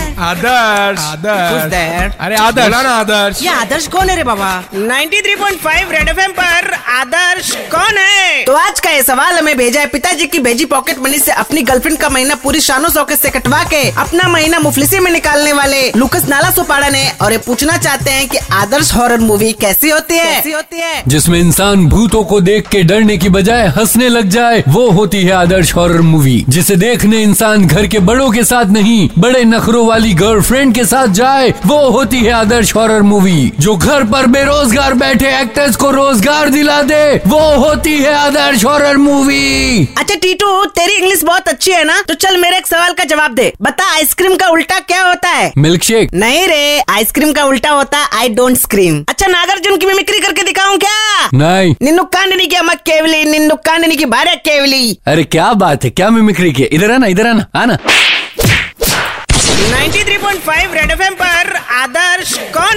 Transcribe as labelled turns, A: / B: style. A: Adarsh
B: Who's there?
A: अरे आदर्श बोला ना आदर्श
B: ये आदर्श कौन है रे बाबा
C: 93.5 रेड एफएम पर आदर्श कौन है
B: तो आज का ये सवाल हमें भेजा है पिताजी की भेजी पॉकेट मनी से अपनी गर्लफ्रेंड का महीना पूरी शानो शौकत से कटवा के अपना महीना मुफलिसी में निकालने वाले लुकस नाला सुपाड़ा ने और ये पूछना चाहते हैं कि आदर्श हॉरर मूवी कैसी होती है कैसी होती है
D: जिसमें इंसान भूतों को देख के डरने की बजाय हंसने लग जाए वो होती है आदर्श हॉरर मूवी जिसे देखने इंसान घर के बड़ों के साथ नहीं बड़े नखरों वाली गर्लफ्रेंड के साथ जाए वो होती है आदर्श हॉरर मूवी जो घर पर बेरोजगार बैठे एक्टर्स को रोजगार दिला दे वो होती है आदर्श हॉरर मूवी
B: अच्छा टीटू तेरी इंग्लिश बहुत अच्छी है ना तो चल मेरे एक सवाल का जवाब दे बता आइसक्रीम का उल्टा क्या होता है
D: मिल्क शेक
B: नहीं रे आइसक्रीम का उल्टा होता है आई डोंट स्क्रीम अच्छा नागार्जुन की मिमिक्री करके दिखाऊं क्या
D: नहीं
B: నిన్ను కాండనికి అమ్మ కేవలి నిన్ను కాండనికి భార్య కేవలి
D: अरे क्या बात है क्या मिमिक्री के इधर आना इधर आना आना
C: 93.5 रेड एफएम पर आदर्श कौन